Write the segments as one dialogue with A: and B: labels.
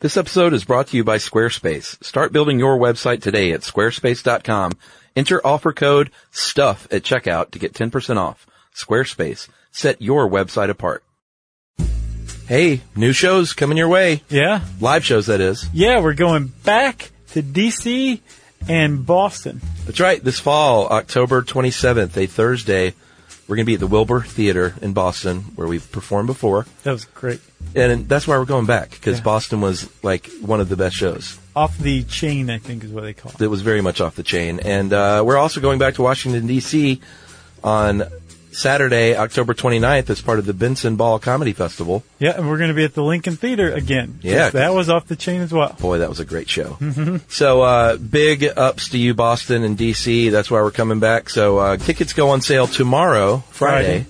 A: This episode is brought to you by Squarespace. Start building your website today at squarespace.com. Enter offer code STUFF at checkout to get 10% off. Squarespace. Set your website apart. Hey, new shows coming your way.
B: Yeah.
A: Live shows, that is.
B: Yeah, we're going back to DC and Boston.
A: That's right. This fall, October 27th, a Thursday, we're going to be at the Wilbur Theater in Boston where we've performed before.
B: That was great.
A: And that's why we're going back because
B: Yeah.
A: Boston was like one of the best shows.
B: Off the chain, I think is what they call it.
A: that was very much off the chain. And uh, we're also going back to Washington, D.C. on Saturday, October 29th, as part of the Benson Ball Comedy Festival.
B: Yeah, and we're going to be at the Lincoln Theater again. 'cause
A: Yeah.
B: That was off the chain as well.
A: Boy, that was a great show. So uh, big ups to you, Boston and D.C. That's why we're coming back. So uh, tickets go on sale tomorrow, Friday.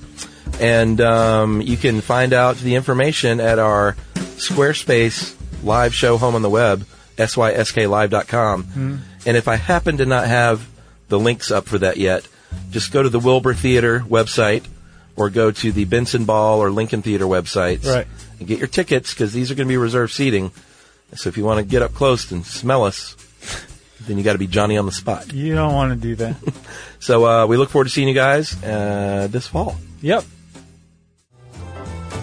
A: And um, you can find out the information at our Squarespace live show home on the web, sysklive.com. And if I happen to not have the links up for that yet, just go to the Wilbur Theater website or go to the Benson Ball or Lincoln Theater websites
B: Right.
A: and get your tickets because these are going to be reserved seating. So if you want to get up close and smell us, then you got to be Johnny on the spot.
B: You don't want to do that.
A: So uh, we look forward to seeing you guys uh, this fall.
B: yep.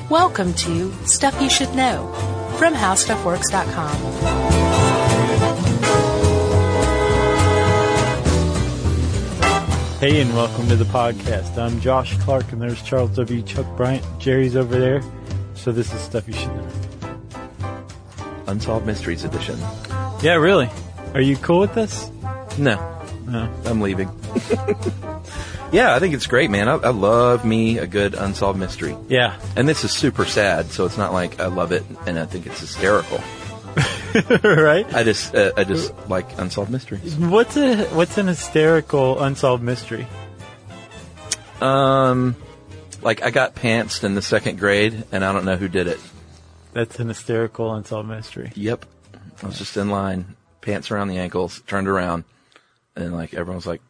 C: Welcome to Stuff You Should Know from HowStuffWorks.com.
B: Hey, and welcome to the podcast. I'm Josh Clark, and there's Charles W. Chuck Bryant. Jerry's over there. So this is stuff you should know.
A: Unsolved Mysteries Edition.
B: Yeah, really. Are you cool with this?
A: No,
B: No.
A: I'm leaving. yeah, I think it's great, man. I, I love me a good unsolved mystery.
B: Yeah.
A: And this is super sad, so it's not like I love it and I think it's hysterical.
B: right.
A: I just, uh, I just like unsolved mysteries.
B: What's a what's an hysterical unsolved mystery?
A: Um, like I got pantsed in the second grade, and I don't know who did it.
B: That's an hysterical unsolved mystery.
A: Yep. I was just in line, pants around the ankles, turned around, and like everyone was like,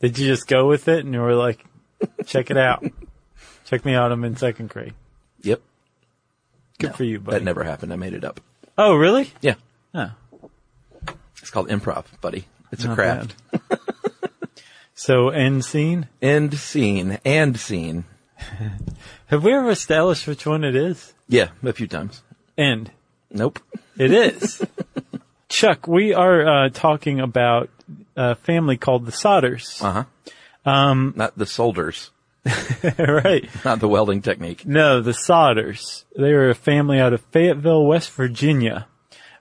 B: Did you just go with it and you were like, check it out? check me out. I'm in second grade.
A: "Yep."
B: Good for you, buddy.
A: That never happened. I made it up.
B: Oh, really?
A: Yeah,
B: Oh,
A: it's called improv, buddy. It's a
B: not
A: craft.
B: bad. so end scene.
A: End scene. And scene.
B: Have we ever established which one it is?
A: Yeah, a few times.
B: End.
A: Nope.
B: It is. Chuck, we are uh, talking about a family called the Sodders.
A: Uh huh. Um, not the solders.
B: right.
A: Not the welding technique.
B: No, the Sodders. They were a family out of Fayetteville, West Virginia,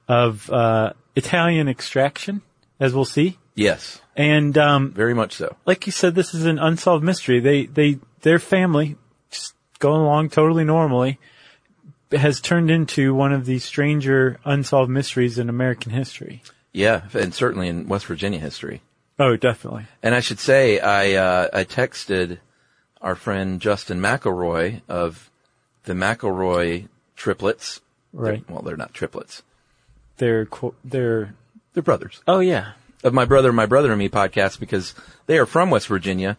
B: of uh, Italian extraction, as we'll see.
A: Yes,
B: And um,
A: very much so.
B: like you said, this is an unsolved mystery. They they their family just going along totally normally has turned into one of the stranger unsolved mysteries in American history.
A: Yeah, and certainly in West Virginia history.
B: Oh, definitely.
A: And I should say, I uh, I texted our friend Justin McElroy of the McElroy triplets.
B: Right.
A: Well, they're not triplets.
B: They're qu- they're
A: They're brothers.
B: oh yeah.
A: Of my brother, my brother and me podcast because they are from West Virginia,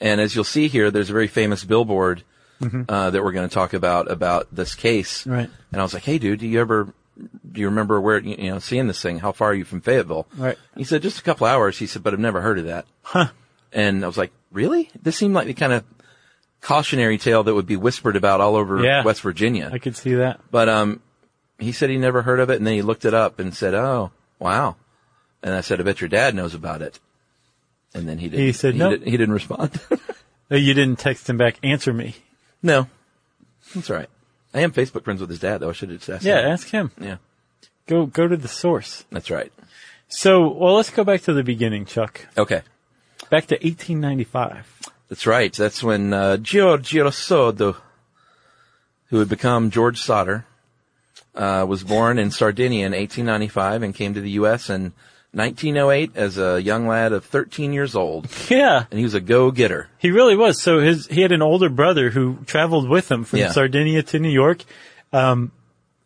A: and as you'll see here, there's a very famous billboard uh, that we're going to talk about about this case.
B: Mm-hmm. Right.
A: And I was like, hey, dude, do you ever do you remember where you you know seeing this thing? How far are you from Fayetteville?"
B: Right.
A: He said, "Just a couple hours." He said, "But I've never heard of that."
B: Huh.
A: And I was like, "Really? This seemed like the kind of cautionary tale that would be whispered about all over
B: Yeah.
A: West Virginia."
B: I could see that.
A: But um, he said he never heard of it, and then he looked it up and said, "Oh, wow." And I said, "I bet your dad knows about it." And then he didn't.
B: He said no.
A: didn't- he didn't respond.
B: Uh, You didn't text him back. Answer me.
A: no, that's all right. I am Facebook friends with his dad, though. I should have just asked.
B: Yeah,
A: him.
B: ask him.
A: yeah,
B: Go go to the source.
A: that's right.
B: So, well, let's go back to the beginning, Chuck.
A: Okay.
B: Back to 1895.
A: That's right. That's when uh, Giorgio Sodo, who had become George Sauter, uh, was born in Sardinia in 1895 and came to the U.S. in 1908 as a young lad of 13 years old.
B: Yeah,
A: And he was a go-getter.
B: he really was. So his he had an older brother who traveled with him from
A: Yeah.
B: Sardinia to New York. Um,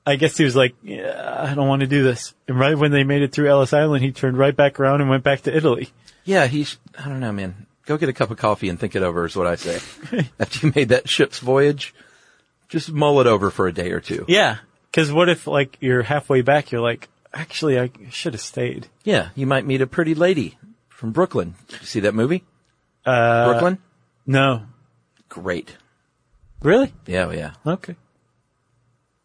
B: I guess he was like, yeah, I don't want to do this. And right when they made it through Ellis Island, he turned right back around and went back to Italy.
A: Yeah, he's, I don't know, man. Go get a cup of coffee and think it over is what I say. After you made that ship's voyage, just mull it over for a day or two.
B: Yeah, because what if like you're halfway back, you're like, actually, I should have stayed.
A: Yeah, you might meet a pretty lady from Brooklyn. Did you see that movie? Uh, Brooklyn?
B: No,
A: Great.
B: really?
A: Yeah, oh, yeah.
B: Okay,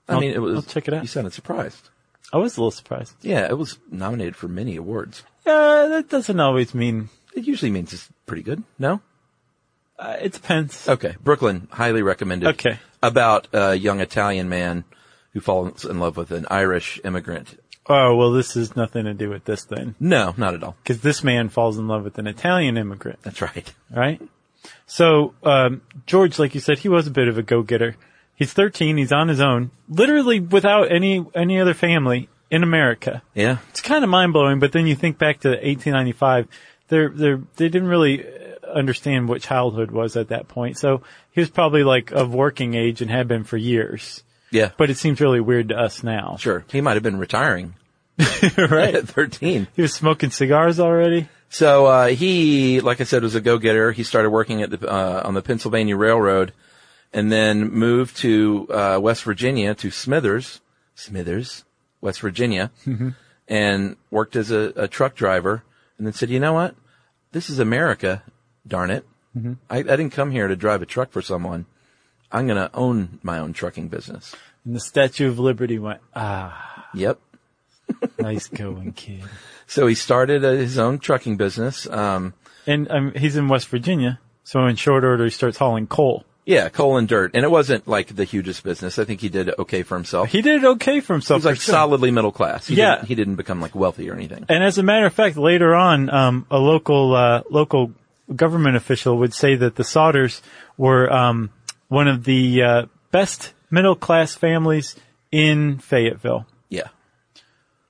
A: I
B: I'll-
A: mean, it was.
B: I'll check it out.
A: You sounded surprised.
B: I was a little surprised.
A: Yeah, it was nominated for many awards.
B: Uh, that doesn't always mean.
A: It usually means it's pretty good. No?
B: Uh, it depends.
A: Okay. Brooklyn, highly recommended.
B: Okay.
A: About a young Italian man who falls in love with an Irish immigrant.
B: Oh well, this has nothing to do with this then,
A: No, not at all.
B: because this man falls in love with an Italian immigrant.
A: That's right.
B: right? So um, George, like you said, he was a bit of a go-getter. He's 13. He's on his own, literally without any any other family in America.
A: Yeah.
B: It's kind of mind blowing. But then you think back to 1895. They're they're they didn't really uh, understand what childhood was at that point. So he was probably like of working age and had been for years.
A: Yeah.
B: But it seems really weird to us now.
A: sure. He might have been retiring
B: right?
A: at 13.
B: He was smoking cigars already.
A: So uh, he, like I said, was a go-getter. He started working at the uh, on the Pennsylvania Railroad, and then moved to uh, West Virginia to Smithers, Smithers, West Virginia,
B: Mm-hmm.
A: and worked as a, a truck driver. And then said, "You know what? This is America. Darn it!
B: Mm-hmm.
A: I, I didn't come here to drive a truck for someone. I'm going to own my own trucking business."
B: And the Statue of Liberty went, ah,
A: Yep.
B: nice going, kid.
A: So he started uh, his own trucking business. Um,
B: And um, he's in West Virginia, so in short order, he starts hauling coal.
A: Yeah, coal and dirt. And it wasn't like the hugest business. I think he did okay for himself. He
B: He did okay for himself.
A: was like
B: for sure.
A: solidly middle class. He
B: Yeah.
A: Didn't, he didn't become like wealthy or anything.
B: And as a matter of fact, later on, um, a local uh, local government official would say that the Sodders were um, one of the uh, best middle class families in Fayetteville.
A: Yeah.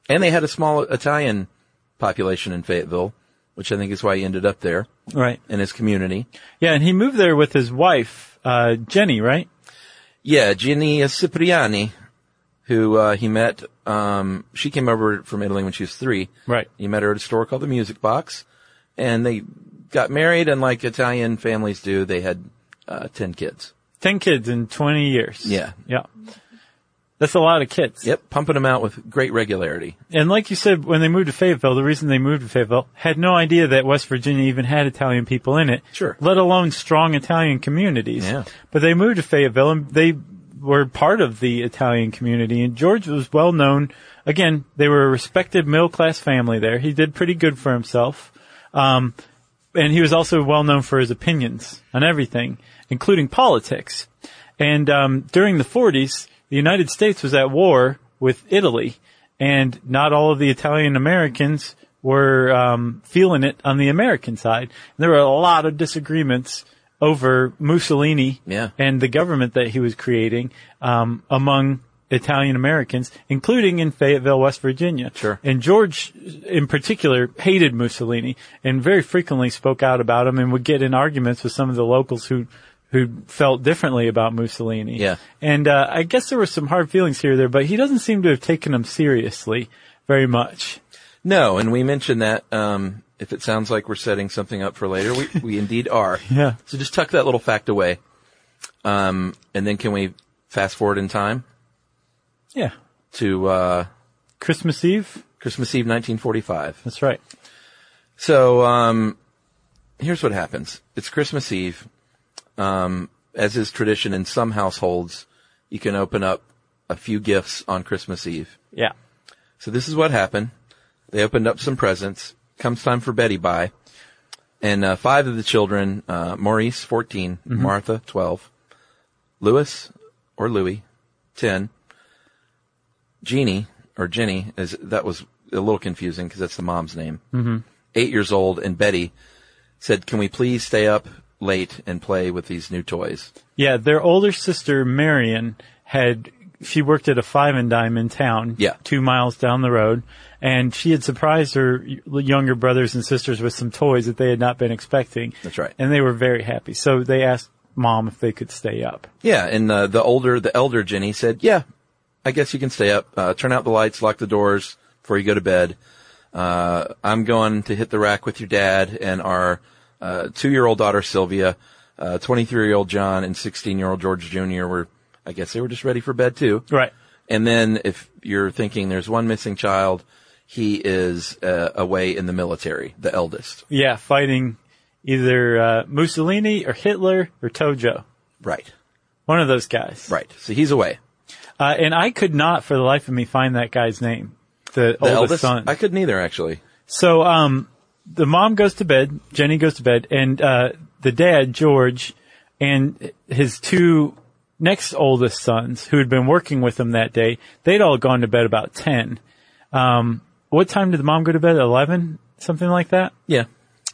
A: And they had a small Italian population in Fayetteville, which I think is why he ended up there
B: Right.
A: in his community.
B: Yeah, and he moved there with his wife, uh, Jenny. Right.
A: Yeah, Ginny Cipriani, who uh, he met, um, she came over from Italy when she was three.
B: Right.
A: He met her at a store called the Music Box, and they got married. And like Italian families do, they had uh, ten kids.
B: Ten kids in twenty years.
A: Yeah.
B: Yeah. That's a lot of kids.
A: Yep, pumping them out with great regularity.
B: And like you said, when they moved to Fayetteville, the reason they moved to Fayetteville had no idea that West Virginia even had Italian people in it.
A: Sure.
B: Let alone strong Italian communities.
A: Yeah.
B: But they moved to Fayetteville and they were part of the Italian community. And George was well known. Again, they were a respected middle class family there. He did pretty good for himself. Um, and he was also well known for his opinions on everything, including politics. And um, during the 40s, the United States was at war with Italy, and not all of the Italian Americans were um, feeling it on the American side. there were a lot of disagreements over Mussolini
A: Yeah.
B: and the government that he was creating um, among Italian Americans, including in Fayetteville, West Virginia.
A: Sure.
B: And George, in particular, hated Mussolini and very frequently spoke out about him and would get in arguments with some of the locals who who felt differently about Mussolini.
A: Yeah.
B: And uh, I guess there were some hard feelings here or there, but he doesn't seem to have taken him seriously very much.
A: No, and we mentioned that um, if it sounds like we're setting something up for later, we, we indeed are.
B: Yeah.
A: So just tuck that little fact away. Um, and then can we fast forward in time
B: Yeah.
A: to uh,
B: Christmas Eve.
A: Christmas Eve 1945.
B: That's right.
A: So um, here's what happens. It's Christmas Eve. Um, as is tradition in some households, you can open up a few gifts on Christmas Eve.
B: Yeah.
A: So this is what happened. They opened up some presents. Comes time for Betty Bye. And uh, five of the children, uh, Maurice, 14, Martha, 12, Louis or Louis, 10, Jeannie or Jenny, is, that was a little confusing because that's the mom's name, mm-hmm. eight years old, and Betty said, can we please stay up late and play with these new toys?
B: Yeah, their older sister Marion had she worked at a five and dime in town,
A: Yeah.
B: two miles down the road, and she had surprised her y- younger brothers and sisters with some toys that they had not been expecting.
A: That's right.
B: and they were very happy. So they asked mom if they could stay up.
A: Yeah, and uh, the older, the elder Jenny said, "Yeah, I guess you can stay up. Uh, turn out the lights, lock the doors before you go to bed. Uh, I'm going to hit the rack with your dad and our uh, two-year-old daughter Sylvia, uh, 23-year-old John, and 16-year-old George Jr. Were, I guess, they were just ready for bed too.
B: Right.
A: And then, if you're thinking there's one missing child, he is uh, away in the military, the eldest.
B: Yeah, fighting either uh, Mussolini or Hitler or Tojo,
A: Right.
B: one of those guys.
A: Right. So he's away.
B: Uh, and I could not, for the life of me, find that guy's name. The,
A: The
B: oldest
A: eldest.
B: son.
A: I couldn't either, actually.
B: So, um, the mom goes to bed, Jenny goes to bed, and, uh, the dad, George, and his two next oldest sons who had been working with him that day, they'd all gone to bed about 10. Um, what time did the mom go to bed? 11? Something like that?
A: Yeah.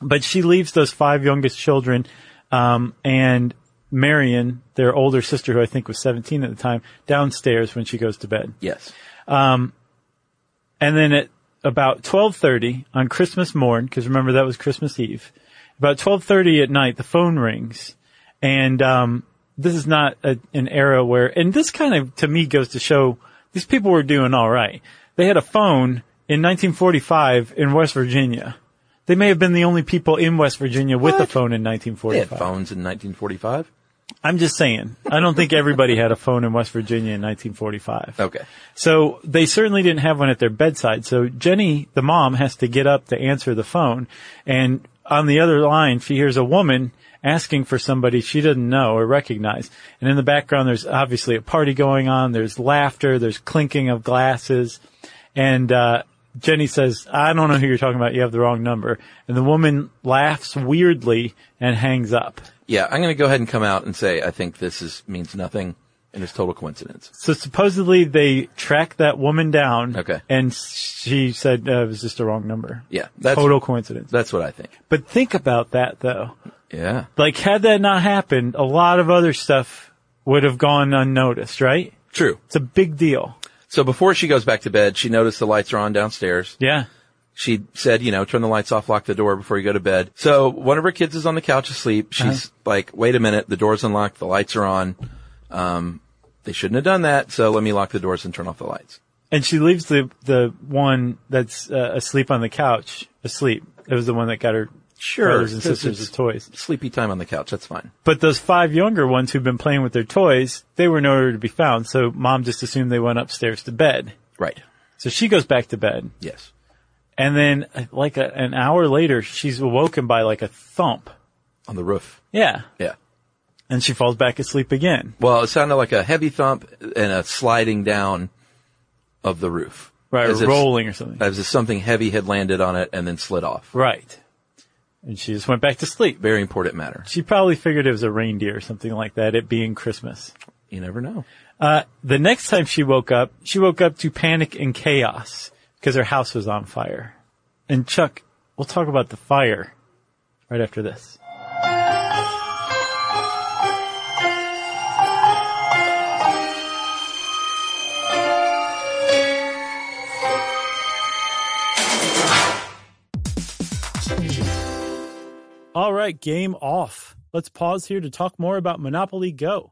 B: But she leaves those five youngest children, um, and Marion, their older sister, who I think was 17 at the time, downstairs when she goes to bed.
A: Yes.
B: And then at about 12:30 on Christmas morn, because remember that was Christmas Eve, about 12:30 at night, the phone rings, and um, this is not a, an era where, and this kind of to me goes to show these people were doing all right. They had a phone in 1945 in West Virginia. They may have been the only people in West Virginia with a
A: What?
B: phone in
A: They had
B: 1945.
A: phones in 1945.
B: I'm just saying. I don't think everybody had a phone in West Virginia in 1945.
A: Okay.
B: So they certainly didn't have one at their bedside. So Jenny, the mom, has to get up to answer the phone. And on the other line, she hears a woman asking for somebody she doesn't know or recognize. And in the background, there's obviously a party going on. There's laughter. There's clinking of glasses. And, uh, Jenny says, I don't know who you're talking about. You have the wrong number. And the woman laughs weirdly and hangs up.
A: Yeah, I'm going to go ahead and come out and say I think this is means nothing and it's total coincidence.
B: So supposedly they tracked that woman down.
A: Okay.
B: And she said uh, it was just a wrong number.
A: Yeah, that's
B: Total coincidence.
A: that's what I think.
B: But think about that though.
A: Yeah,
B: Like had that not happened, a lot of other stuff would have gone unnoticed, right?
A: true.
B: It's a big deal.
A: So before she goes back to bed, she noticed the lights are on downstairs.
B: Yeah.
A: She said, you know, turn the lights off, lock the door before you go to bed. So one of her kids is on the couch asleep.
B: Uh-huh.
A: She's like, wait a minute, the door's unlocked, the lights are on. Um, they shouldn't have done that. So let me lock the doors and turn off the lights.
B: And she leaves the the one that's uh, asleep on the couch asleep. It was the one that got her brothers and
A: 'cause
B: sisters
A: it's
B: as toys.
A: Sleepy time on the couch. That's fine.
B: But those five younger ones who've been playing with their toys, they were nowhere to be found. So mom just assumed they went upstairs to bed.
A: Right.
B: So she goes back to bed.
A: Yes.
B: And then uh, like a, an hour later, she's awoken by like a thump.
A: On the roof.
B: Yeah.
A: Yeah.
B: And she falls back asleep again.
A: Well, it sounded like a heavy thump and a sliding down of the roof.
B: Right.
A: As
B: or
A: if-
B: rolling or something.
A: As if something heavy had landed on it and then slid off.
B: right. And she just went back to sleep.
A: Very important matter.
B: She probably figured it was a reindeer or something like that, it being Christmas.
A: You never know.
B: Uh, the next time she woke up, she woke up to panic and chaos because her house was on fire. And Chuck, we'll talk about the fire right after this. All right, game off. Let's pause here to talk more about Monopoly Go.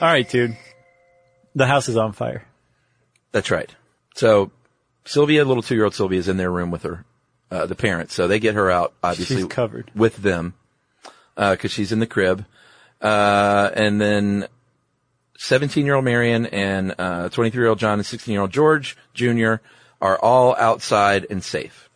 B: All right, dude. The house is on fire.
A: That's right. So Sylvia, little two year old Sylvia, is in their room with her, uh, the parents. So they get her out, obviously.
B: She's covered.
A: With them, uh, cause she's in the crib. Uh, and then 17 year old Marion and, uh, 23 year old John and 16 year old George Jr. are all outside and safe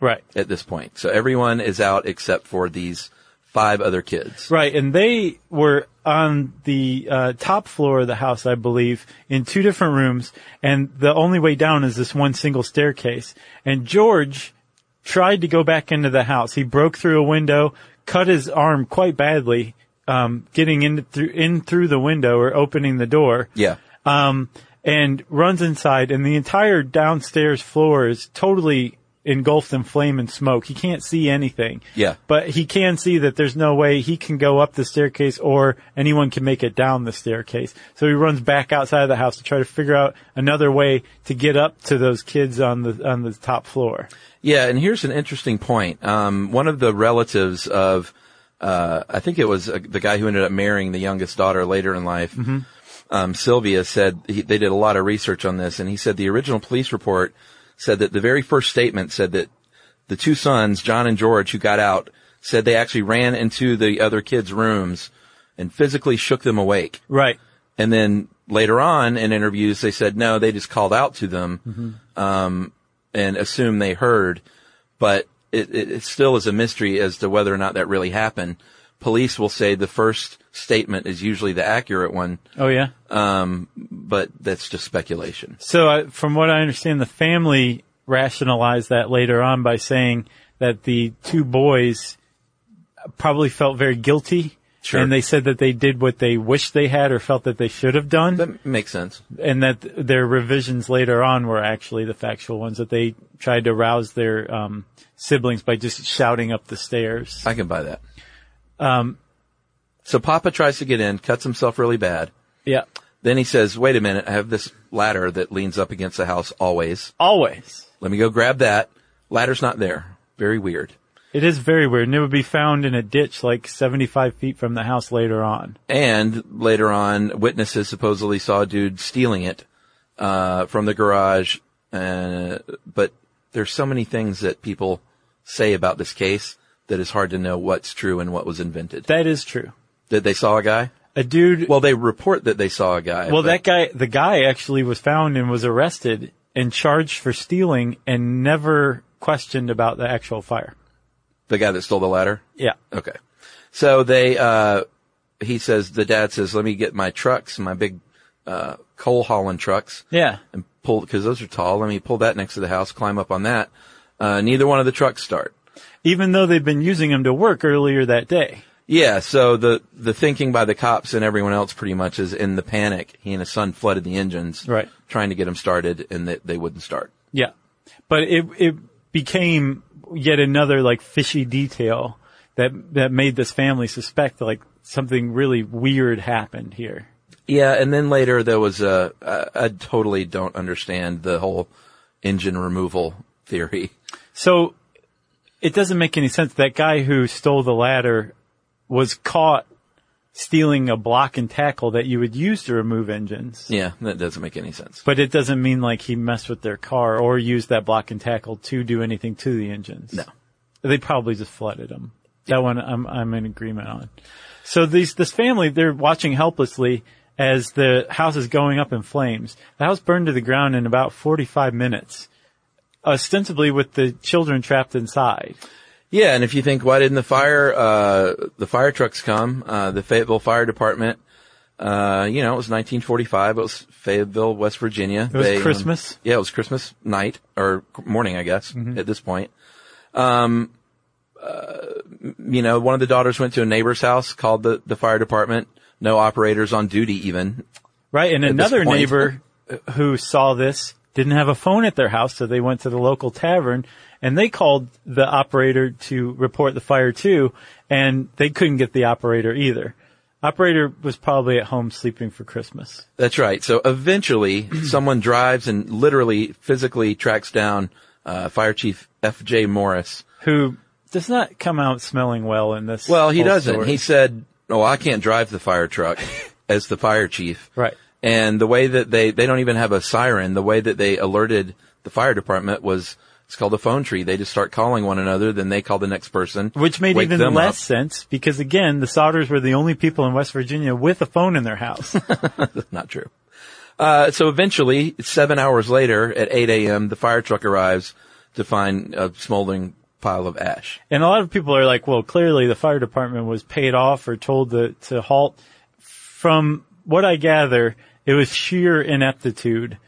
B: Right.
A: at this point. So everyone is out except for these five other kids.
B: Right, and they were on the uh, top floor of the house, I believe, in two different rooms, and the only way down is this one single staircase. And George tried to go back into the house. He broke through a window, cut his arm quite badly, um, getting in through in through the window or opening the door
A: Yeah.
B: um, and runs inside, and the entire downstairs floor is totally engulfed in flame and smoke. He can't see anything.
A: Yeah.
B: But he can see that there's no way he can go up the staircase or anyone can make it down the staircase. So he runs back outside of the house to try to figure out another way to get up to those kids on the on the top floor.
A: Yeah, and here's an interesting point. Um, one of the relatives of, uh, I think it was uh, the guy who ended up marrying the youngest daughter later in life, um, Sylvia said he, they did a lot of research on this, and he said the original police report said that the very first statement said that the two sons, John and George, who got out, said they actually ran into the other kids' rooms and physically shook them awake.
B: Right.
A: And then later on in interviews, they said no, they just called out to them, um, and assumed they heard. But it, it, it still is a mystery as to whether or not that really happened. Police will say the first statement is usually the accurate one,
B: Oh yeah.
A: um, but that's just speculation.
B: So, uh, from what I understand, the family rationalized that later on by saying that the two boys probably felt very guilty.
A: Sure.
B: And they said that they did what they wished they had or felt that they should have done.
A: That m- makes sense.
B: and that th- their revisions later on were actually the factual ones that they tried to rouse their um, siblings by just shouting up the stairs.
A: I can buy that. Um, so Papa tries to get in, cuts himself really bad.
B: yeah.
A: Then he says, wait a minute, I have this ladder that leans up against the house always.
B: Always.
A: Let me go grab that. Ladder's not there. Very weird.
B: It is very weird. And it would be found in a ditch like 75 feet from the house later on.
A: And later on, witnesses supposedly saw a dude stealing it uh, from the garage. Uh, but there's so many things that people say about this case that it's hard to know what's true and what was invented.
B: That is true.
A: That they saw a guy?
B: A dude.
A: Well, they report that they saw a guy.
B: Well,
A: but-
B: that guy, the guy actually was found and was arrested and charged for stealing and never questioned about the actual fire.
A: the guy that stole the ladder.
B: Yeah.
A: Okay. So they, uh, he says, the dad says, let me get my trucks, my big, uh, coal hauling trucks.
B: Yeah.
A: and pull because those are tall. Let me pull that next to the house, climb up on that. Uh, neither one of the trucks start.
B: Even though they've been using him to work earlier that day.
A: Yeah, so the the thinking by the cops and everyone else pretty much is in the panic. He and his son flooded the engines,
B: Right.
A: Trying to get them started, and they, they wouldn't start.
B: Yeah, but it it became yet another like fishy detail that that made this family suspect like something really weird happened here.
A: Yeah, and then later there was a I, I totally don't understand the whole engine removal theory.
B: So it doesn't make any sense. That guy who stole the ladder was caught stealing a block and tackle that you would use to remove engines.
A: Yeah, that doesn't make any sense.
B: But it doesn't mean like he messed with their car or used that block and tackle to do anything to the engines.
A: No.
B: They probably just flooded them. That one I'm, I'm in agreement on. So these, this family, they're watching helplessly as the house is going up in flames. The house burned to the ground in about 45 minutes, ostensibly with the children trapped inside.
A: Yeah, and if you think, why didn't the fire uh, the fire trucks come? Uh, the Fayetteville Fire Department. Uh, you know, it was 1945. It was Fayetteville, West Virginia. It
B: was Christmas. Mm-hmm.
A: yeah, it was Christmas night or morning, I guess, at this point. Um, uh, you know, one of the daughters went to a neighbor's house, called the, the fire department. No operators on duty even.
B: Right. And
A: At this
B: another
A: point.
B: neighbor uh, who saw this didn't have a phone at their house, so they went to the local tavern and they called the operator to report the fire too, and they couldn't get the operator either. Operator was probably at home sleeping for Christmas.
A: That's right. So eventually, someone drives and literally physically tracks down uh, Fire Chief F.J. Morris.
B: Who does not come out smelling well in this.
A: Well, he
B: whole
A: doesn't.
B: story.
A: He said, "Oh, I can't drive the fire truck as the fire chief."
B: Right.
A: And the way that they they don't even have a siren. The way that they alerted the fire department was it's called a phone tree. They just start calling one another, then they call the next person,
B: Which made
A: wake
B: even
A: them
B: less
A: up.
B: sense because again, the Sodders were the only people in West Virginia with a phone in their house.
A: Not true. Uh, so eventually, seven hours later, at 8 a.m., the fire truck arrives to find a smoldering pile of ash.
B: And a lot of people are like, well, clearly the fire department was paid off or told to, to halt. From what I gather, it was sheer ineptitude.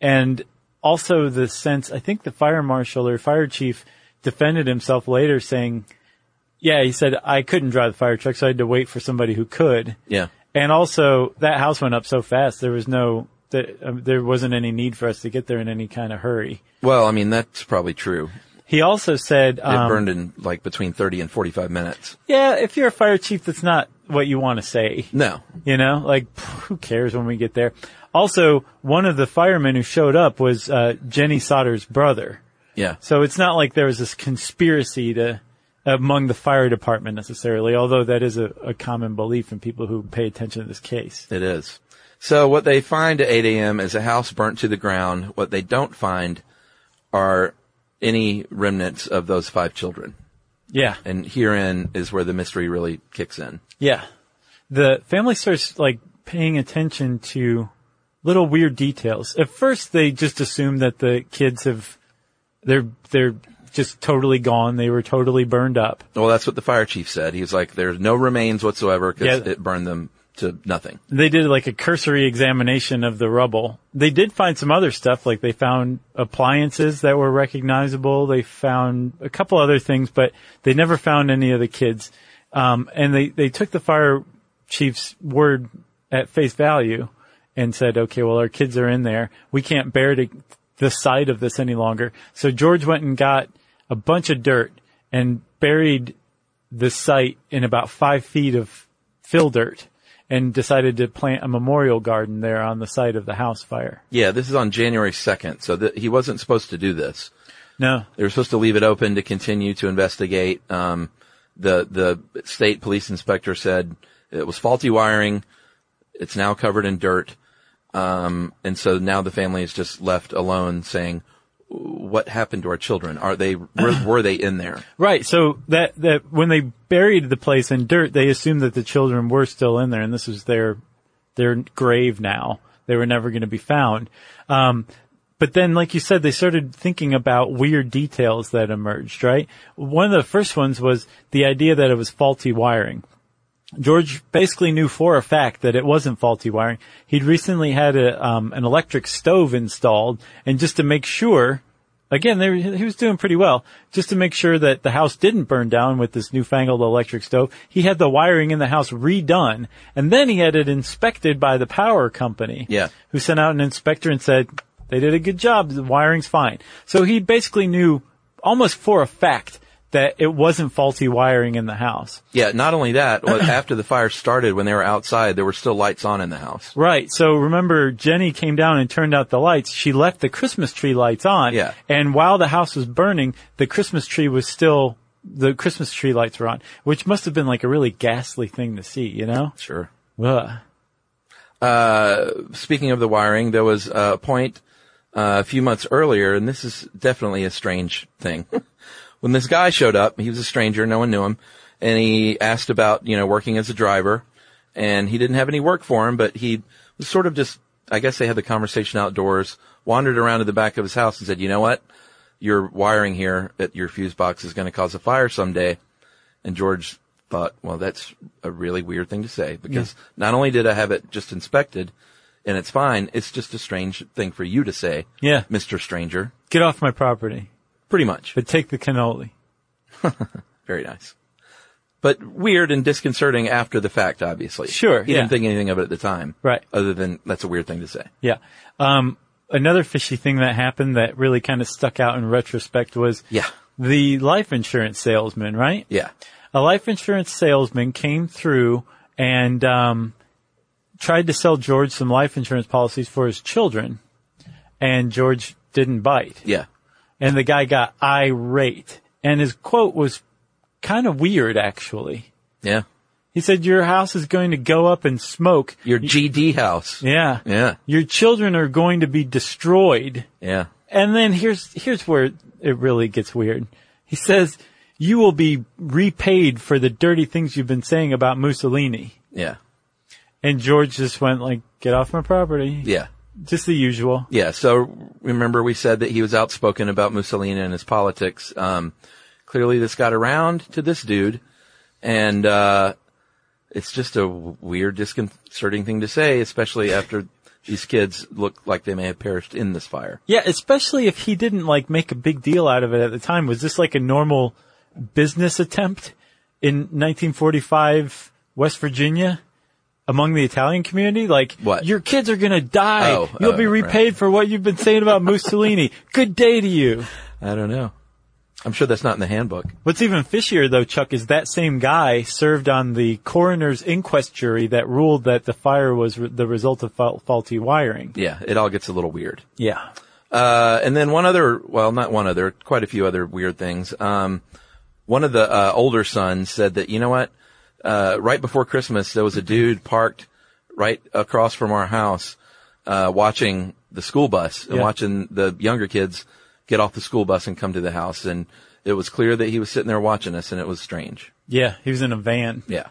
B: And also the sense, I think the fire marshal or fire chief defended himself later saying, yeah, he said, I couldn't drive the fire truck, so I had to wait for somebody who could.
A: Yeah.
B: And also that house went up so fast, there was no, there, um, there wasn't any need for us to get there in any kind of hurry.
A: Well, I mean, that's probably true.
B: He also said,
A: It
B: um,
A: burned in like between 30 and 45 minutes.
B: Yeah, if you're a fire chief, that's not what you want to say.
A: No.
B: You know, like pff, who cares when we get there? Also, one of the firemen who showed up was uh, Jenny Sauter's brother,
A: Yeah.
B: so it's not like there was this conspiracy to among the fire department necessarily. Although that is a, a common belief in people who pay attention to this case.
A: It is. So what they find at 8 a.m. is a house burnt to the ground. What they don't find are any remnants of those five children.
B: Yeah,
A: And herein is where the mystery really kicks in.
B: yeah. The family starts like paying attention to little weird details. At first, they just assume that the kids have they're they're just totally gone. They were totally burned up.
A: Well, that's what the fire chief said. He was like, there's no remains whatsoever because
B: Yeah.
A: it burned them to nothing.
B: they did like a cursory examination of the rubble. They did find some other stuff, like they found appliances that were recognizable. They found a couple other things, but they never found any of the kids. Um, and they, they took the fire chief's word at face value and said, okay, well, our kids are in there. We can't bear to the sight of this any longer. So George went and got a bunch of dirt and buried the site in about five feet of fill dirt and decided to plant a memorial garden there on the site of the house fire.
A: Yeah, this is on January 2nd. So th- he wasn't supposed to do this.
B: No.
A: They were supposed to leave it open to continue to investigate. Um, the the state police inspector said it was faulty wiring. It's now covered in dirt, um, and so now the family is just left alone, saying, "What happened to our children? Are they were, were they in there?"
B: Right. So that, that when they buried the place in dirt, they assumed that the children were still in there and this was their, their grave now. They were never going to be found. Um, but then, like you said, they started thinking about weird details that emerged, right? One of the first ones was the idea that it was faulty wiring. George basically knew for a fact that it wasn't faulty wiring. He'd recently had a, um, an electric stove installed, and just to make sure, again, they, were- he was doing pretty well. Just to make sure that the house didn't burn down with this newfangled electric stove, he had the wiring in the house redone, and then he had it inspected by the power company.
A: Yeah.
B: Who sent out an inspector and said, they did a good job, the wiring's fine. So he basically knew almost for a fact that it wasn't faulty wiring in the house.
A: Yeah, not only that, well, after the fire started, when they were outside, there were still lights on in the house.
B: Right. So remember, Jenny came down and turned out the lights. She left the Christmas tree lights on.
A: Yeah.
B: And while the house was burning, the Christmas tree was still, the Christmas tree lights were on, which must have been like a really ghastly thing to see, you know?
A: Sure.
B: Ugh.
A: Uh, speaking of the wiring, there was a point uh, a few months earlier, and this is definitely a strange thing. when this guy showed up, he was a stranger, no one knew him, and he asked about, you know, working as a driver, and he didn't have any work for him, but he was sort of just, I guess they had the conversation outdoors, wandered around to the back of his house and said, you know what? Your wiring here at your fuse box is going to cause a fire someday. And George thought, well, that's a really weird thing to say because not only did I have it just inspected and it's fine, it's just a strange thing for you to say.
B: Yeah.
A: Mr. Stranger.
B: Get off my property,
A: Pretty much.
B: but take the cannoli.
A: Very nice. But weird and disconcerting after the fact, obviously.
B: Sure,
A: He
B: yeah.
A: didn't think anything of it at the time.
B: Right.
A: Other than that's a weird thing to say.
B: Yeah. Um, another fishy thing that happened that really kind of stuck out in retrospect was
A: Yeah.
B: the life insurance salesman, right?
A: Yeah.
B: a life insurance salesman came through and um, tried to sell George some life insurance policies for his children, and George didn't bite.
A: Yeah.
B: And the guy got irate, and his quote was kind of weird, actually.
A: Yeah.
B: He said, "Your house is going to go up in smoke.
A: Your GD house.
B: yeah,
A: Yeah.
B: your children are going to be destroyed."
A: Yeah.
B: And then here's here's where it really gets weird. He says, "You will be repaid for the dirty things you've been saying about Mussolini."
A: Yeah.
B: And George just went like, "Get off my property."
A: Yeah.
B: Just the usual.
A: Yeah. So remember we said that he was outspoken about Mussolini and his politics. Um, clearly this got around to this dude and, uh, it's just a w- weird, disconcerting thing to say, especially after these kids look like they may have perished in this fire.
B: Yeah, especially if he didn't like make a big deal out of it at the time. Was this like a normal business attempt in 1945 West Virginia? Among the Italian community, like
A: What?
B: your kids are gonna die.
A: Oh,
B: You'll
A: oh,
B: be
A: right.
B: repaid for what you've been saying about Mussolini. Good day to you.
A: I don't know. I'm sure that's not in the handbook.
B: What's even fishier though, Chuck, is that same guy served on the coroner's inquest jury that ruled that the fire was re- the result of fa- faulty wiring.
A: Yeah, it all gets a little weird.
B: Yeah.
A: Uh, and then one other, well, not one other, quite a few other weird things. Um, one of the uh, older sons said that, you know what? Uh, right before Christmas, there was a dude parked right across from our house, uh, watching the school bus and
B: Yeah.
A: watching the younger kids get off the school bus and come to the house. And it was clear that he was sitting there watching us and it was strange.
B: Yeah, he was in a van.
A: Yeah.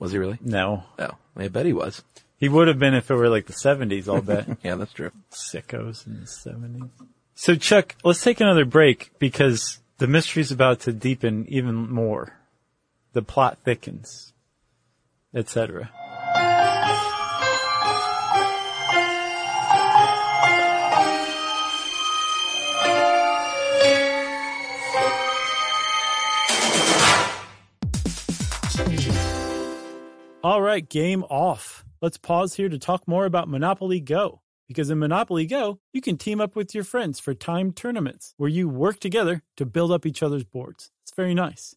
A: Was he really?
B: No.
A: Oh, I bet he was.
B: He would have been if it were like the 70s, I'll bet.
A: Yeah, that's true.
B: Sickos in the 70s. So Chuck, let's take another break because the mystery's about to deepen even more. The plot thickens, etc. All right, game off. Let's pause here to talk more about Monopoly Go. Because in Monopoly Go, you can team up with your friends for timed tournaments where you work together to build up each other's boards. It's very nice.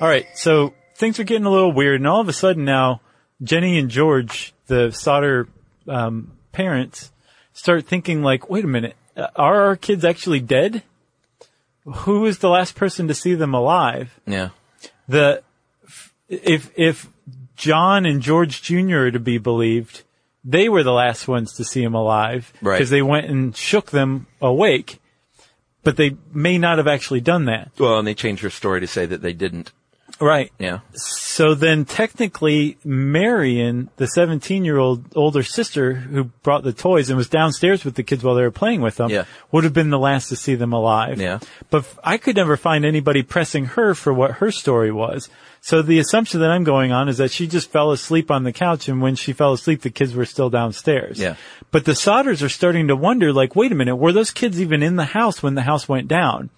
B: All right, so things are getting a little weird, and all of a sudden now, Jenny and George, the solder um, parents, start thinking like, "Wait a minute, uh, are our kids actually dead? Who was the last person to see them alive?"
A: Yeah.
B: The if if John and George Jr. are to be believed, they were the last ones to see him alive
A: Right.
B: because they went and shook them awake, but they may not have actually done that.
A: Well, and they changed her story to say that they didn't.
B: Right.
A: Yeah.
B: So then technically Marion, the 17 year old older sister who brought the toys and was downstairs with the kids while they were playing with them
A: Yeah.
B: would have been the last to see them alive.
A: Yeah.
B: But f- I could never find anybody pressing her for what her story was. So the assumption that I'm going on is that she just fell asleep on the couch and when she fell asleep, the kids were still downstairs.
A: Yeah.
B: But the Sodders are starting to wonder like, wait a minute, were those kids even in the house when the house went down?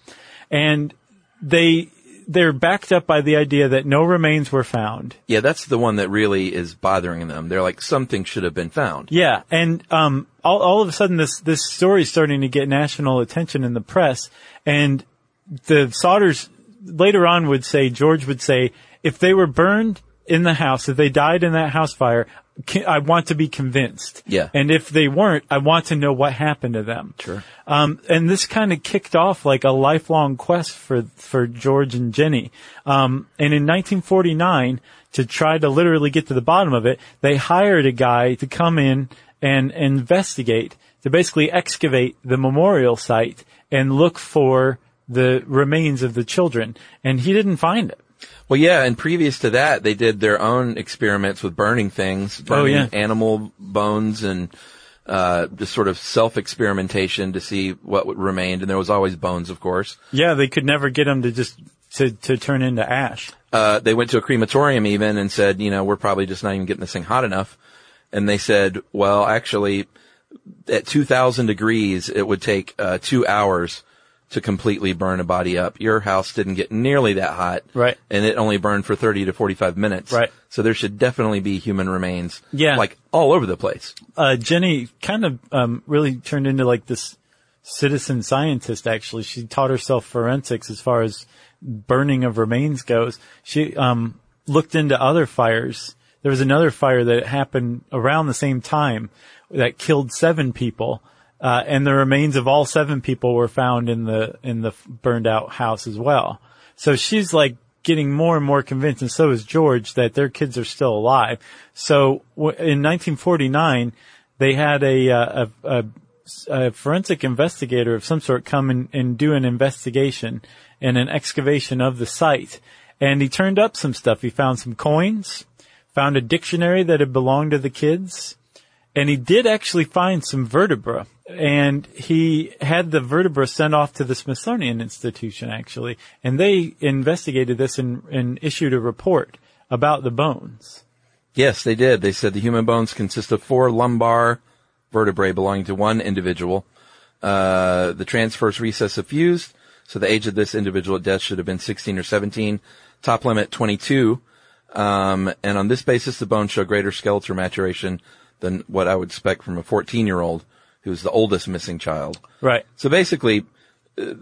B: And they, they're backed up by the idea that no remains were found.
A: Yeah, that's the one that really is bothering them. They're like, something should have been found.
B: Yeah, and um, all, all of a sudden, this this story is starting to get national attention in the press, and the Sodders later on would say George would say if they were burned in the house, if they died in that house fire, can, I want to be convinced.
A: Yeah.
B: and if they weren't, I want to know what happened to them. Sure. Um, and this kind of kicked off like a lifelong quest for for George and Jenny. Um, and in 1949, to try to literally get to the bottom of it, they hired a guy to come in and investigate, to basically excavate the memorial site and look for the remains of the children. And he didn't find it.
A: Well, yeah, and previous to that, they did their own experiments with burning things, burning
B: yeah.
A: animal bones and uh, just sort of self-experimentation to see what would- remained. And there was always bones, of course.
B: Yeah, they could never get him to just to to turn into ash.
A: Uh, they went to a crematorium even and said, you know, we're probably just not even getting this thing hot enough. And they said, well, actually, at 2,000 degrees, it would take uh, two hours to completely burn a body up. Your house didn't get nearly that hot.
B: Right.
A: And it only burned for 30 to 45 minutes.
B: Right.
A: So there should definitely be human remains.
B: Yeah.
A: Like all over the place.
B: uh, Jenny kind of um, really turned into like this citizen scientist. Actually, she taught herself forensics as far as burning of remains goes. She um, looked into other fires. There was another fire that happened around the same time that killed seven people, uh, and the remains of all seven people were found in the in the burned out house as well. So she's like getting more and more convinced, and so is George that their kids are still alive. So w- in 1949, they had a, uh, a, a, a forensic investigator of some sort come and, and do an investigation and an excavation of the site. And he turned up some stuff. He found some coins, found a dictionary that had belonged to the kids, and he did actually find some vertebra. And he had the vertebra sent off to the Smithsonian Institution, actually, and they investigated this and, and issued a report about the bones.
A: Yes, they did. They said the human bones consist of four lumbar vertebrae belonging to one individual. Uh, the transverse recess is fused, so the age of this individual at death should have been 16 or 17. Top limit 22. Um, and on this basis, the bones show greater skeletal maturation than what I would expect from a 14 year old who's the oldest missing child.
B: Right.
A: So basically, uh,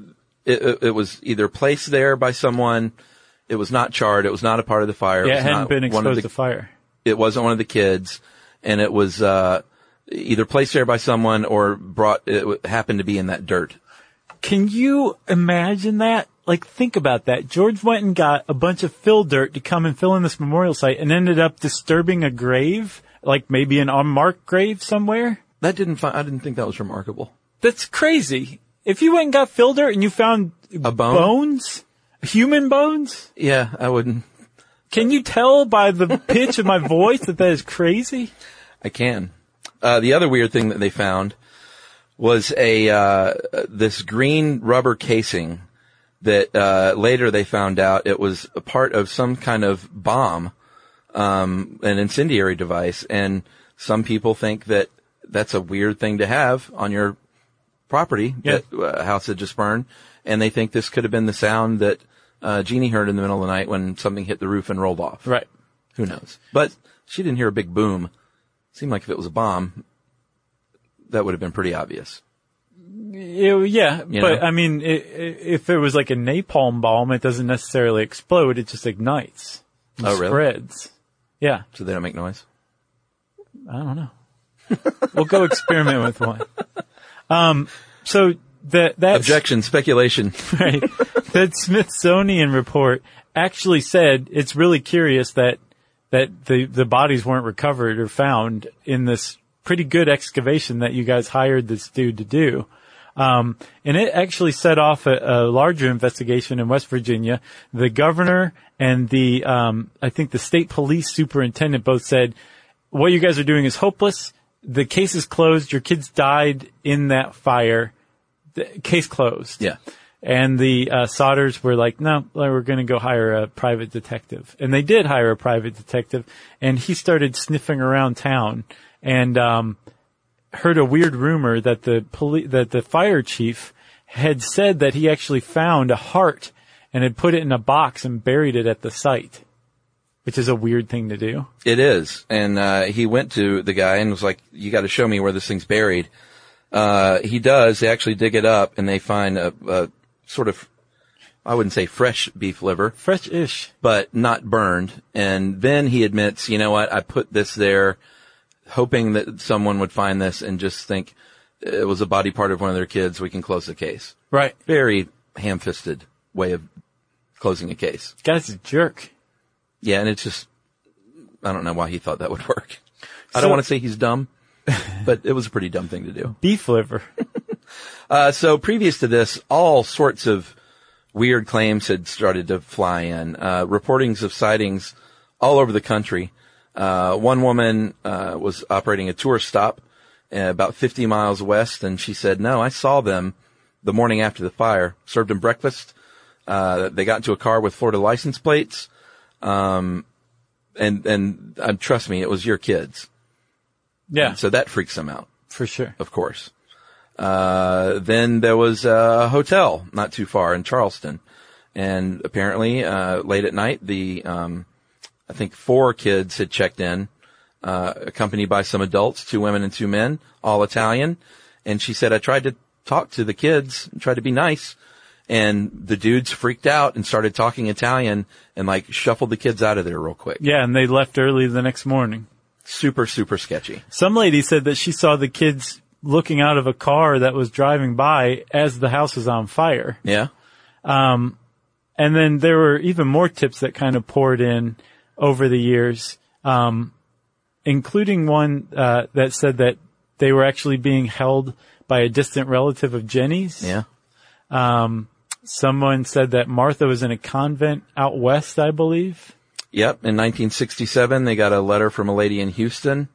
A: it, it, it was either placed there by someone. It was not charred. It was not a part of the fire.
B: Yeah, it
A: was
B: hadn't
A: not
B: been
A: one of
B: exposed
A: the-
B: to fire.
A: it wasn't one of the kids, and it was uh, either placed there by someone or brought. It w- happened to be in that dirt.
B: Can you imagine that? like think about that. George went and got a bunch of fill dirt to come and fill in this memorial site and ended up disturbing a grave, like maybe an unmarked grave somewhere.
A: That didn't. Fi- I didn't think that was remarkable.
B: That's crazy. If you went and got fill dirt and you found
A: A bone?
B: bones, human bones,
A: Yeah, I wouldn't.
B: can you tell by the pitch of my voice that that is crazy?
A: I can. Uh, the other weird thing that they found was a uh, this green rubber casing that uh, later they found out it was a part of some kind of bomb, um, an incendiary device, and some people think that that's a weird thing to have on your property
B: Yeah.
A: that uh, house had just burned, and they think this could have been the sound that uh, Jeannie heard in the middle of the night when something hit the roof and rolled off.
B: Right.
A: Who knows? But she didn't hear a big boom. Seemed like if it was a bomb, that would have been pretty obvious.
B: It- yeah,
A: You
B: but
A: know?
B: I mean, i i if it was like a napalm bomb, it doesn't necessarily explode; it just ignites, and
A: Oh, really?
B: spreads. Yeah,
A: So they don't make noise.
B: I don't know. we'll go experiment with one. Um, so that that
A: Objection, speculation.
B: right, that Smithsonian report actually said it's really curious that that the the bodies weren't recovered or found in this pretty good excavation that you guys hired this dude to do. Um, and it actually set off a, a larger investigation in West Virginia. The governor and the, um, I think the state police superintendent both said, what you guys are doing is hopeless. The case is closed. Your kids died in that fire. The case closed.
A: Yeah.
B: And the uh, Sodders were like, no, we're going to go hire a private detective. And they did hire a private detective. And he started sniffing around town and um, heard a weird rumor that the poli- that the fire chief had said that he actually found a heart and had put it in a box and buried it at the site, which is a weird thing to do.
A: It is. And uh, he went to the guy and was like, "You got to show me where this thing's buried." Uh, he does. They actually dig it up and they find a, a sort of, I wouldn't say fresh beef liver,
B: Fresh ish.
A: but not burned. And then he admits, you know what? I put this there hoping that someone would find this and just think it was a body part of one of their kids. We can close the case.
B: Right.
A: Very ham fisted way of closing a case.
B: Guy's a jerk.
A: Yeah. And it's just, I don't know why he thought that would work. I don't
B: So-
A: want to say he's dumb, but it was a pretty dumb thing to do.
B: Beef liver.
A: Uh, so previous to this, all sorts of weird claims had started to fly in. Uh, reportings of sightings all over the country. Uh, one woman uh, was operating a tour stop uh, about 50 miles west, and she said, "No, I saw them the morning after the fire. Served them breakfast. Uh, they got into a car with Florida license plates, um, and and uh, trust me, it was your kids.
B: Yeah.
A: So that freaks them out."
B: for sure.
A: of course. Uh, then there was a hotel not too far in Charleston. And apparently, uh, late at night, the, um, I think four kids had checked in, uh, accompanied by some adults, two women and two men, all Italian. And she said, I tried to talk to the kids and tried to be nice. And the dudes freaked out and started talking Italian and like shuffled the kids out of there real quick.
B: Yeah, and they left early the next morning.
A: Super, super sketchy.
B: Some lady said that she saw the kids looking out of a car that was driving by as the house was on fire.
A: Yeah.
B: And then there were even more tips that kind of poured in over the years, um, including one uh, that said that they were actually being held by a distant relative of Jenny's.
A: Yeah.
B: Someone said that Martha was in a convent out west, I believe.
A: Yep. In 1967, they got a letter from a lady in Houston,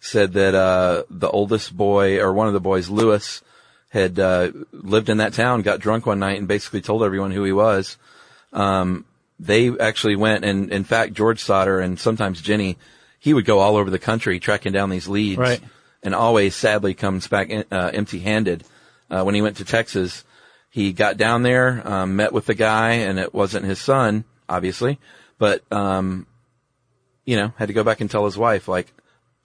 A: said that uh, the oldest boy or one of the boys, Lewis, had uh, lived in that town, got drunk one night, and basically told everyone who he was. Um, they actually went, and in fact, George Sauter and sometimes Jenny, he would go all over the country tracking down these leads,
B: Right.
A: and always sadly comes back in, uh, empty-handed. Uh, when he went to Texas, he got down there, um, met with the guy, and it wasn't his son, obviously, but um, you know, had to go back and tell his wife like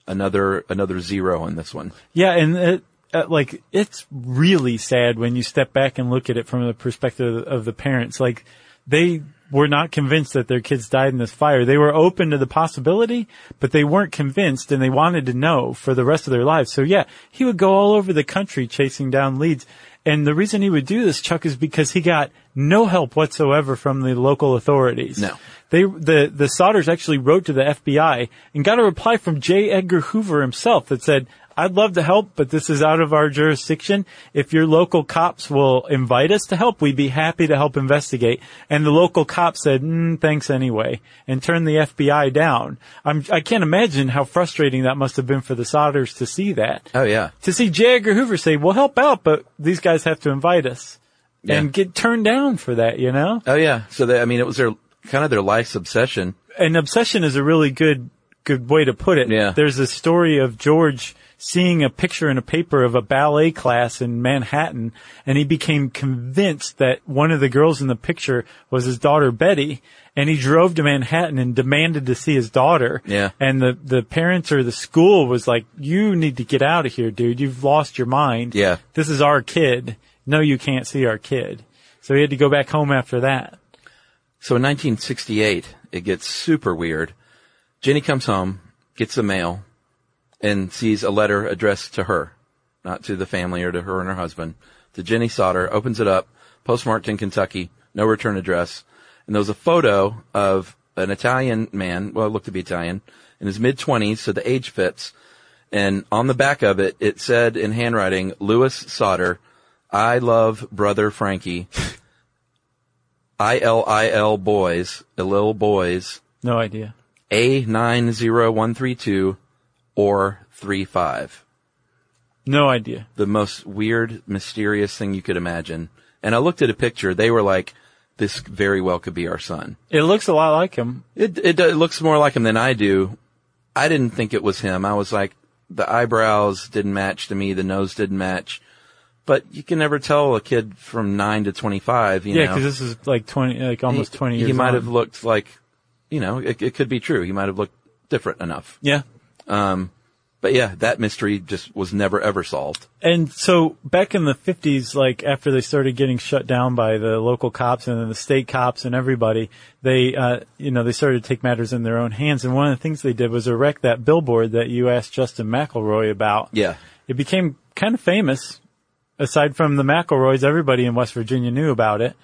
A: another another zero on this one.
B: Yeah, and it, uh, like it's really sad when you step back and look at it from the perspective of the, of the parents. Like they were not convinced that their kids died in this fire. They were open to the possibility, but they weren't convinced and they wanted to know for the rest of their lives. So yeah, he would go all over the country chasing down leads. And the reason he would do this, Chuck, is because he got no help whatsoever from the local authorities.
A: No.
B: They, the, the Sodders actually wrote to the FBI and got a reply from J. Edgar Hoover himself that said, I'd love to help, but this is out of our jurisdiction. If your local cops will invite us to help, we'd be happy to help investigate. And the local cops said, mm, thanks anyway, and turned the FBI down. I'm, I can't imagine how frustrating that must have been for the Sodders to see that
A: Oh yeah.
B: to see J. Edgar Hoover say, "Well, help out, but these guys have to invite us,"
A: Yeah.
B: and get turned down for that, you know.
A: Oh yeah. So they, I mean, it was their kind of their life's obsession.
B: And obsession is a really good good way to put it.
A: Yeah.
B: There's a story of George seeing a picture in a paper of a ballet class in Manhattan, and he became convinced that one of the girls in the picture was his daughter Betty, and he drove to Manhattan and demanded to see his daughter.
A: Yeah.
B: And the the parents or the school was like, "You need to get out of here, dude. You've lost your mind."
A: Yeah.
B: this is our kid. No, you can't see our kid. So he had to go back home after that.
A: So in 1968, it gets super weird. Jenny comes home, gets the mail, and sees a letter addressed to her, not to the family or to her and her husband, to Jenny Sauter, opens it up, postmarked in Kentucky, no return address. And there was a photo of an Italian man, well, it looked to be Italian, in his mid 20s, so the age fits. And on the back of it, it said in handwriting, Louis Sauter, I love brother Frankie. I L I L boys, Illil boys,
B: No idea.
A: A90132 or 35.
B: No idea.
A: The most weird, mysterious thing you could imagine. And I looked at a picture. They were like, this very well could be our son.
B: It looks a lot like him.
A: It, it, it looks more like him than I do. I didn't think it was him. I was like, the eyebrows didn't match to me. The nose didn't match. But you can never tell a kid from 9 to 25, you
B: Yeah,
A: know.
B: because this is like twenty, like almost
A: he,
B: twenty
A: he
B: years.
A: might
B: on.
A: have looked like, you know, it, it could be true. He might have looked different enough.
B: Yeah,
A: But yeah, that mystery just was never ever solved.
B: and so back in the fifties, like after they started getting shut down by the local cops and then the state cops and everybody, they, uh, you know, they started to take matters in their own hands. And one of the things they did was erect that billboard that you asked Justin McElroy about.
A: Yeah.
B: it became kind of famous. Aside from the McElroys, everybody in West Virginia knew about it.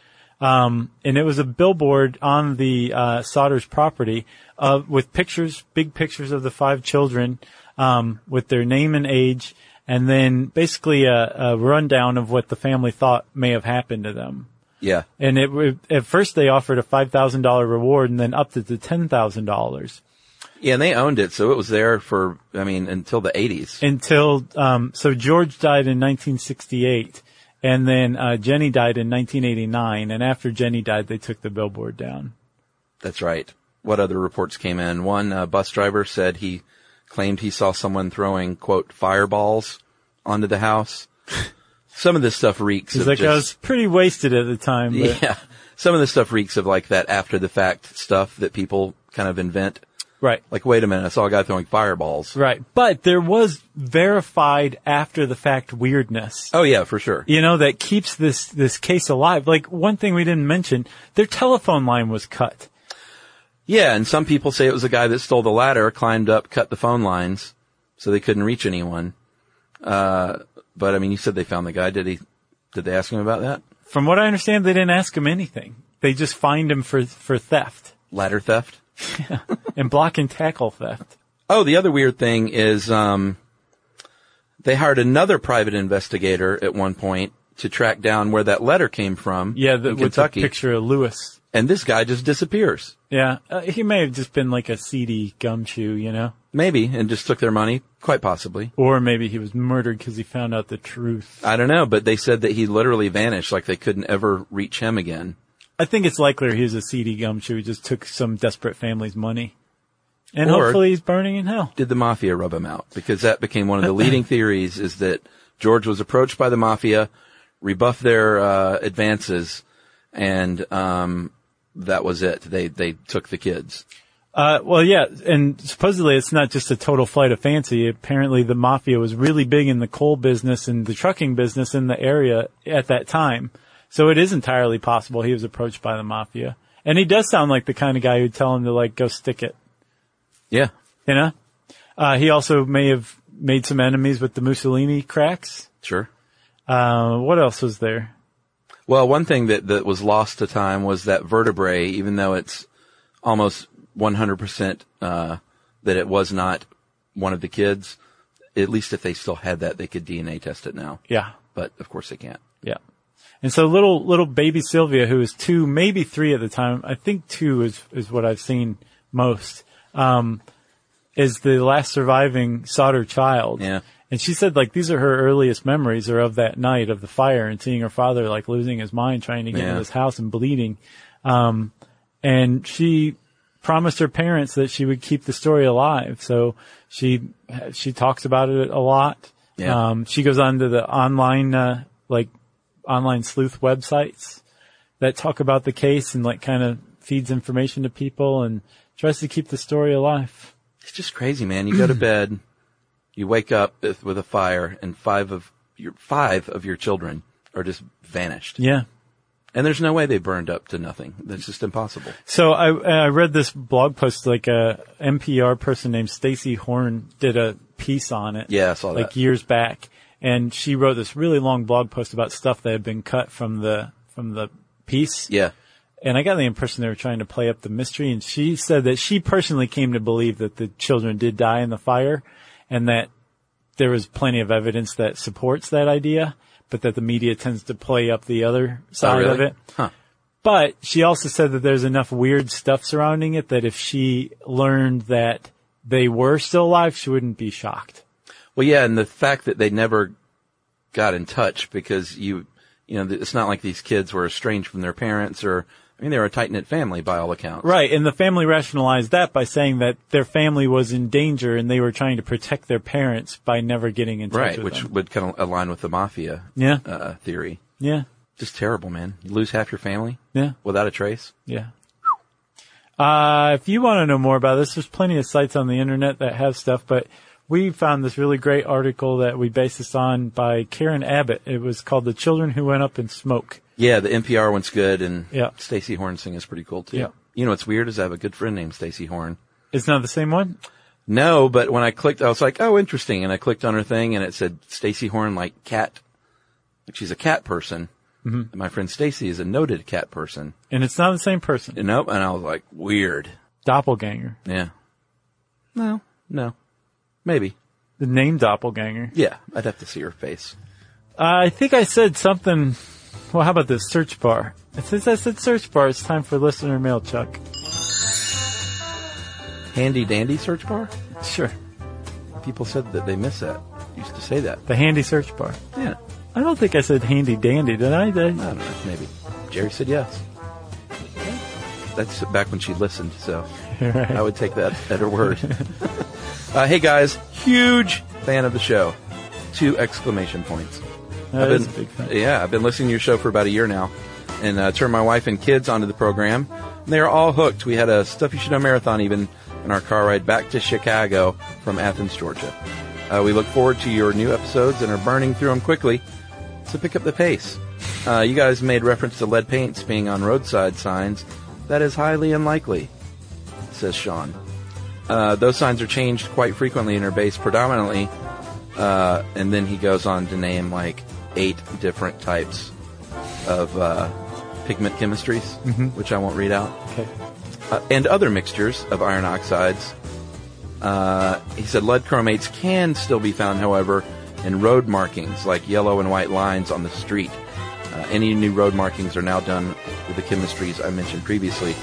B: Um, and it was a billboard on the uh, Sodders property uh, with pictures, big pictures of the five children um, with their name and age, and then basically a, a rundown of what the family thought may have happened to them.
A: Yeah.
B: And it, it at first they offered a five thousand dollar reward, and then upped it to ten thousand dollars.
A: Yeah. And they owned it. So it was there for, I mean, until the eighties.
B: until um, so George died in 1968, and then uh, Jenny died in 1989. And after Jenny died, they took the billboard down.
A: That's right. What other reports came in? One uh, bus driver said he claimed he saw someone throwing quote fireballs onto the house. Some of this stuff reeks
B: He's
A: of
B: like, I was
A: just,
B: pretty wasted at the time. But
A: yeah, some of this stuff reeks of like that after the fact stuff that people kind of invent.
B: Right.
A: Like, wait a minute, I saw a guy throwing fireballs.
B: Right. But there was verified after the fact weirdness.
A: Oh yeah, for sure.
B: You know, that keeps this, this case alive. Like one thing we didn't mention, their telephone line was cut.
A: Yeah, and some people say it was a guy that stole the ladder, climbed up, cut the phone lines, so they couldn't reach anyone. Uh, but I mean, you said they found the guy. Did he? Did they ask him about that
B: From what I understand, they didn't ask him anything. They just fined him for, for theft
A: ladder theft?
B: and block and tackle theft.
A: Oh, the other weird thing is, um, they hired another private investigator at one point to track down where that letter came from.
B: Yeah.
A: in
B: The, with the
A: Kentucky.
B: picture of Lewis.
A: And this guy just disappears,
B: Yeah, uh, he may have just been like a seedy gumshoe, you know,
A: maybe, and just took their money, quite possibly.
B: or maybe he was murdered because he found out the truth.
A: I don't know, but they said that he literally vanished, like they couldn't ever reach him again.
B: I think it's likelier he was a seedy gumshoe. He just took some desperate family's money, and
A: Or-
B: hopefully he's burning in hell.
A: did the mafia rub him out? Because that became one of the leading theories is that George was approached by the mafia, rebuffed their uh, advances, and um, that was it. They they took the kids.
B: Uh, well, yeah, and supposedly it's not just a total flight of fancy. Apparently, the mafia was really big in the coal business and the trucking business in the area at that time. So it is entirely possible he was approached by the mafia, and he does sound like the kind of guy who'd tell him to like go stick it.
A: Yeah.
B: You know, uh, he also may have made some enemies with the Mussolini cracks.
A: Sure.
B: Uh, what else was there?
A: Well, one thing that, that was lost to time was that vertebrae, even though it's almost 100% uh, that it was not one of the kids, at least if they still had that, they could DNA test it now.
B: Yeah.
A: But of course they can't.
B: Yeah. And so little little baby Sylvia, who was two, maybe three at the time, I think two is is what I've seen most, um, is the last surviving solder child.
A: Yeah.
B: And she said like these are her earliest memories are of that night of the fire and seeing her father like losing his mind trying to get
A: Yeah.
B: into this house and bleeding. Um, and she promised her parents that she would keep the story alive. So she she talks about it a lot.
A: Yeah.
B: Um, she goes on to the online uh, like online sleuth websites that talk about the case and like kind of feeds information to people and tries to keep the story alive.
A: It's just crazy, man. You go to bed, you wake up with, with a fire, and five of your five of your children are just vanished.
B: Yeah.
A: And there's no way they burned up to nothing. That's just impossible.
B: So I I read this blog post like uh, a NPR person named Stacy Horn did a piece on it.
A: Yeah, I saw
B: like
A: that.
B: years back, and she wrote this really long blog post about stuff that had been cut from the from the piece.
A: Yeah.
B: and I got the impression they were trying to play up the mystery. And she said that she personally came to believe that the children did die in the fire, and that there was plenty of evidence that supports that idea, but that the media tends to play up the other side
A: Oh, really?
B: of it.
A: Huh.
B: But she also said that there's enough weird stuff surrounding it that if she learned that they were still alive, she wouldn't be shocked.
A: Well, yeah, and the fact that they never got in touch because you, you know, th- it's not like these kids were estranged from their parents or, I mean, they were a tight knit family by all accounts.
B: Right, and the family rationalized that by saying that their family was in danger and they were trying to protect their parents by never getting in touch
A: Right,
B: with
A: which
B: them.
A: would kind of align with the mafia
B: Yeah.
A: uh, theory.
B: Yeah.
A: Just terrible, man. You lose half your family
B: Yeah.
A: without a trace.
B: Yeah. Uh, if you want to know more about this, there's plenty of sites on the internet that have stuff, but we found this really great article that we based this on by Karen Abbott. It was called The Children Who Went Up in Smoke.
A: Yeah, the NPR one's good, and
B: Yeah.
A: Stacy Horn sing is pretty cool too.
B: Yeah.
A: You know what's weird is I have a good friend named Stacy Horn.
B: It's not the same one?
A: No, but when I clicked, I was like, oh, interesting. And I clicked on her thing and it said Stacy Horn, like cat. Like she's a cat person.
B: Mm-hmm.
A: And my friend Stacy is a noted cat person.
B: And it's not the same person.
A: And, nope. and I was like, weird.
B: Doppelganger.
A: Yeah. No, no. Maybe.
B: The name Doppelganger.
A: Yeah. I'd have to see her face.
B: Uh, I think I said something. Well, how about this search bar? Since I said search bar, it's time for listener mail, Chuck.
A: Handy dandy search bar?
B: Sure.
A: People said that they miss that. Used to say that.
B: The handy search bar.
A: Yeah.
B: I don't think I said handy dandy, did I? Did
A: I
B: I?
A: don't know. Maybe. Jerry said yes. That's back when she listened, so I would take that at her word. uh, hey guys, huge fan of the show. Two exclamation points.
B: That
A: I've
B: is a
A: been-
B: big thing.
A: Yeah, I've been listening to your show for about a year now, and uh, turned my wife and kids onto the program. And they are all hooked. We had a stuff you should know marathon even in our car ride back to Chicago from Athens, Georgia. Uh, we look forward to your new episodes and are burning through them quickly, so pick up the pace. Uh, you guys made reference to lead paints being on roadside signs. That is highly unlikely, says Sean. Uh, those signs are changed quite frequently and are based predominantly uh, and then he goes on to name like eight different types of uh, pigment chemistries, which I won't read out,
B: Okay.
A: uh, and other mixtures of iron oxides. Uh, he said lead chromates can still be found, however, in road markings like yellow and white lines on the street. Uh, any new road markings are now done with the chemistries I mentioned previously,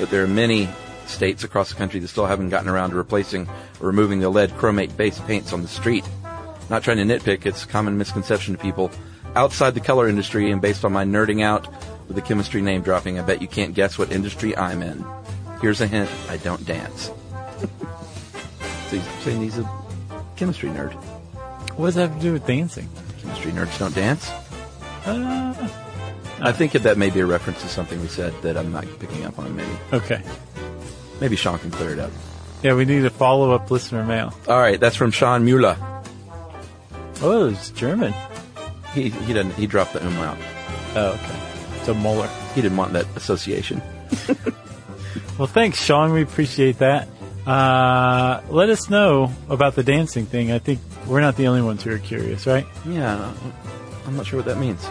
A: but there are many states across the country that still haven't gotten around to replacing or removing the lead chromate based paints on the street. Not trying to nitpick, it's a common misconception to people outside the color industry, and based on my nerding out with the chemistry name dropping, I bet you can't guess what industry I'm in. Here's a hint I don't dance. so he's saying he's a chemistry nerd.
B: What does that have to do with dancing?
A: Chemistry nerds don't dance?
D: Uh,
A: I think that that may be a reference to something we said that I'm not picking up on, maybe.
B: Okay.
A: Maybe Sean can clear it up.
B: Yeah, we need a follow up listener mail.
A: All right, that's from Sean Mueller.
B: Oh, it's German.
A: He, he, didn't, he dropped the umlaut.
B: Oh, okay. It's a Muller.
A: He didn't want that association.
B: Well, thanks, Sean. We appreciate that. Uh, let us know about the dancing thing. I think We're not the only ones who are curious, right?
D: Yeah, I'm not sure what that means.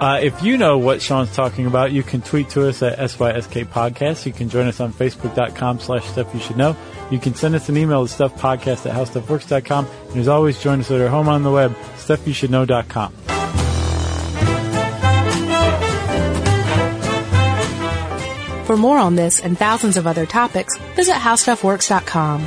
B: Uh, if you know what Sean's talking about, you can tweet to us at SYSK Podcast. You can join us on Facebook.com slash Stuff You Should Know. You can send us an email to stuffpodcast at HowStuffWorks.com. And as always, join us at our home on the web, StuffYouShouldKnow.com.
C: For more on this and thousands of other topics, visit HowStuffWorks.com.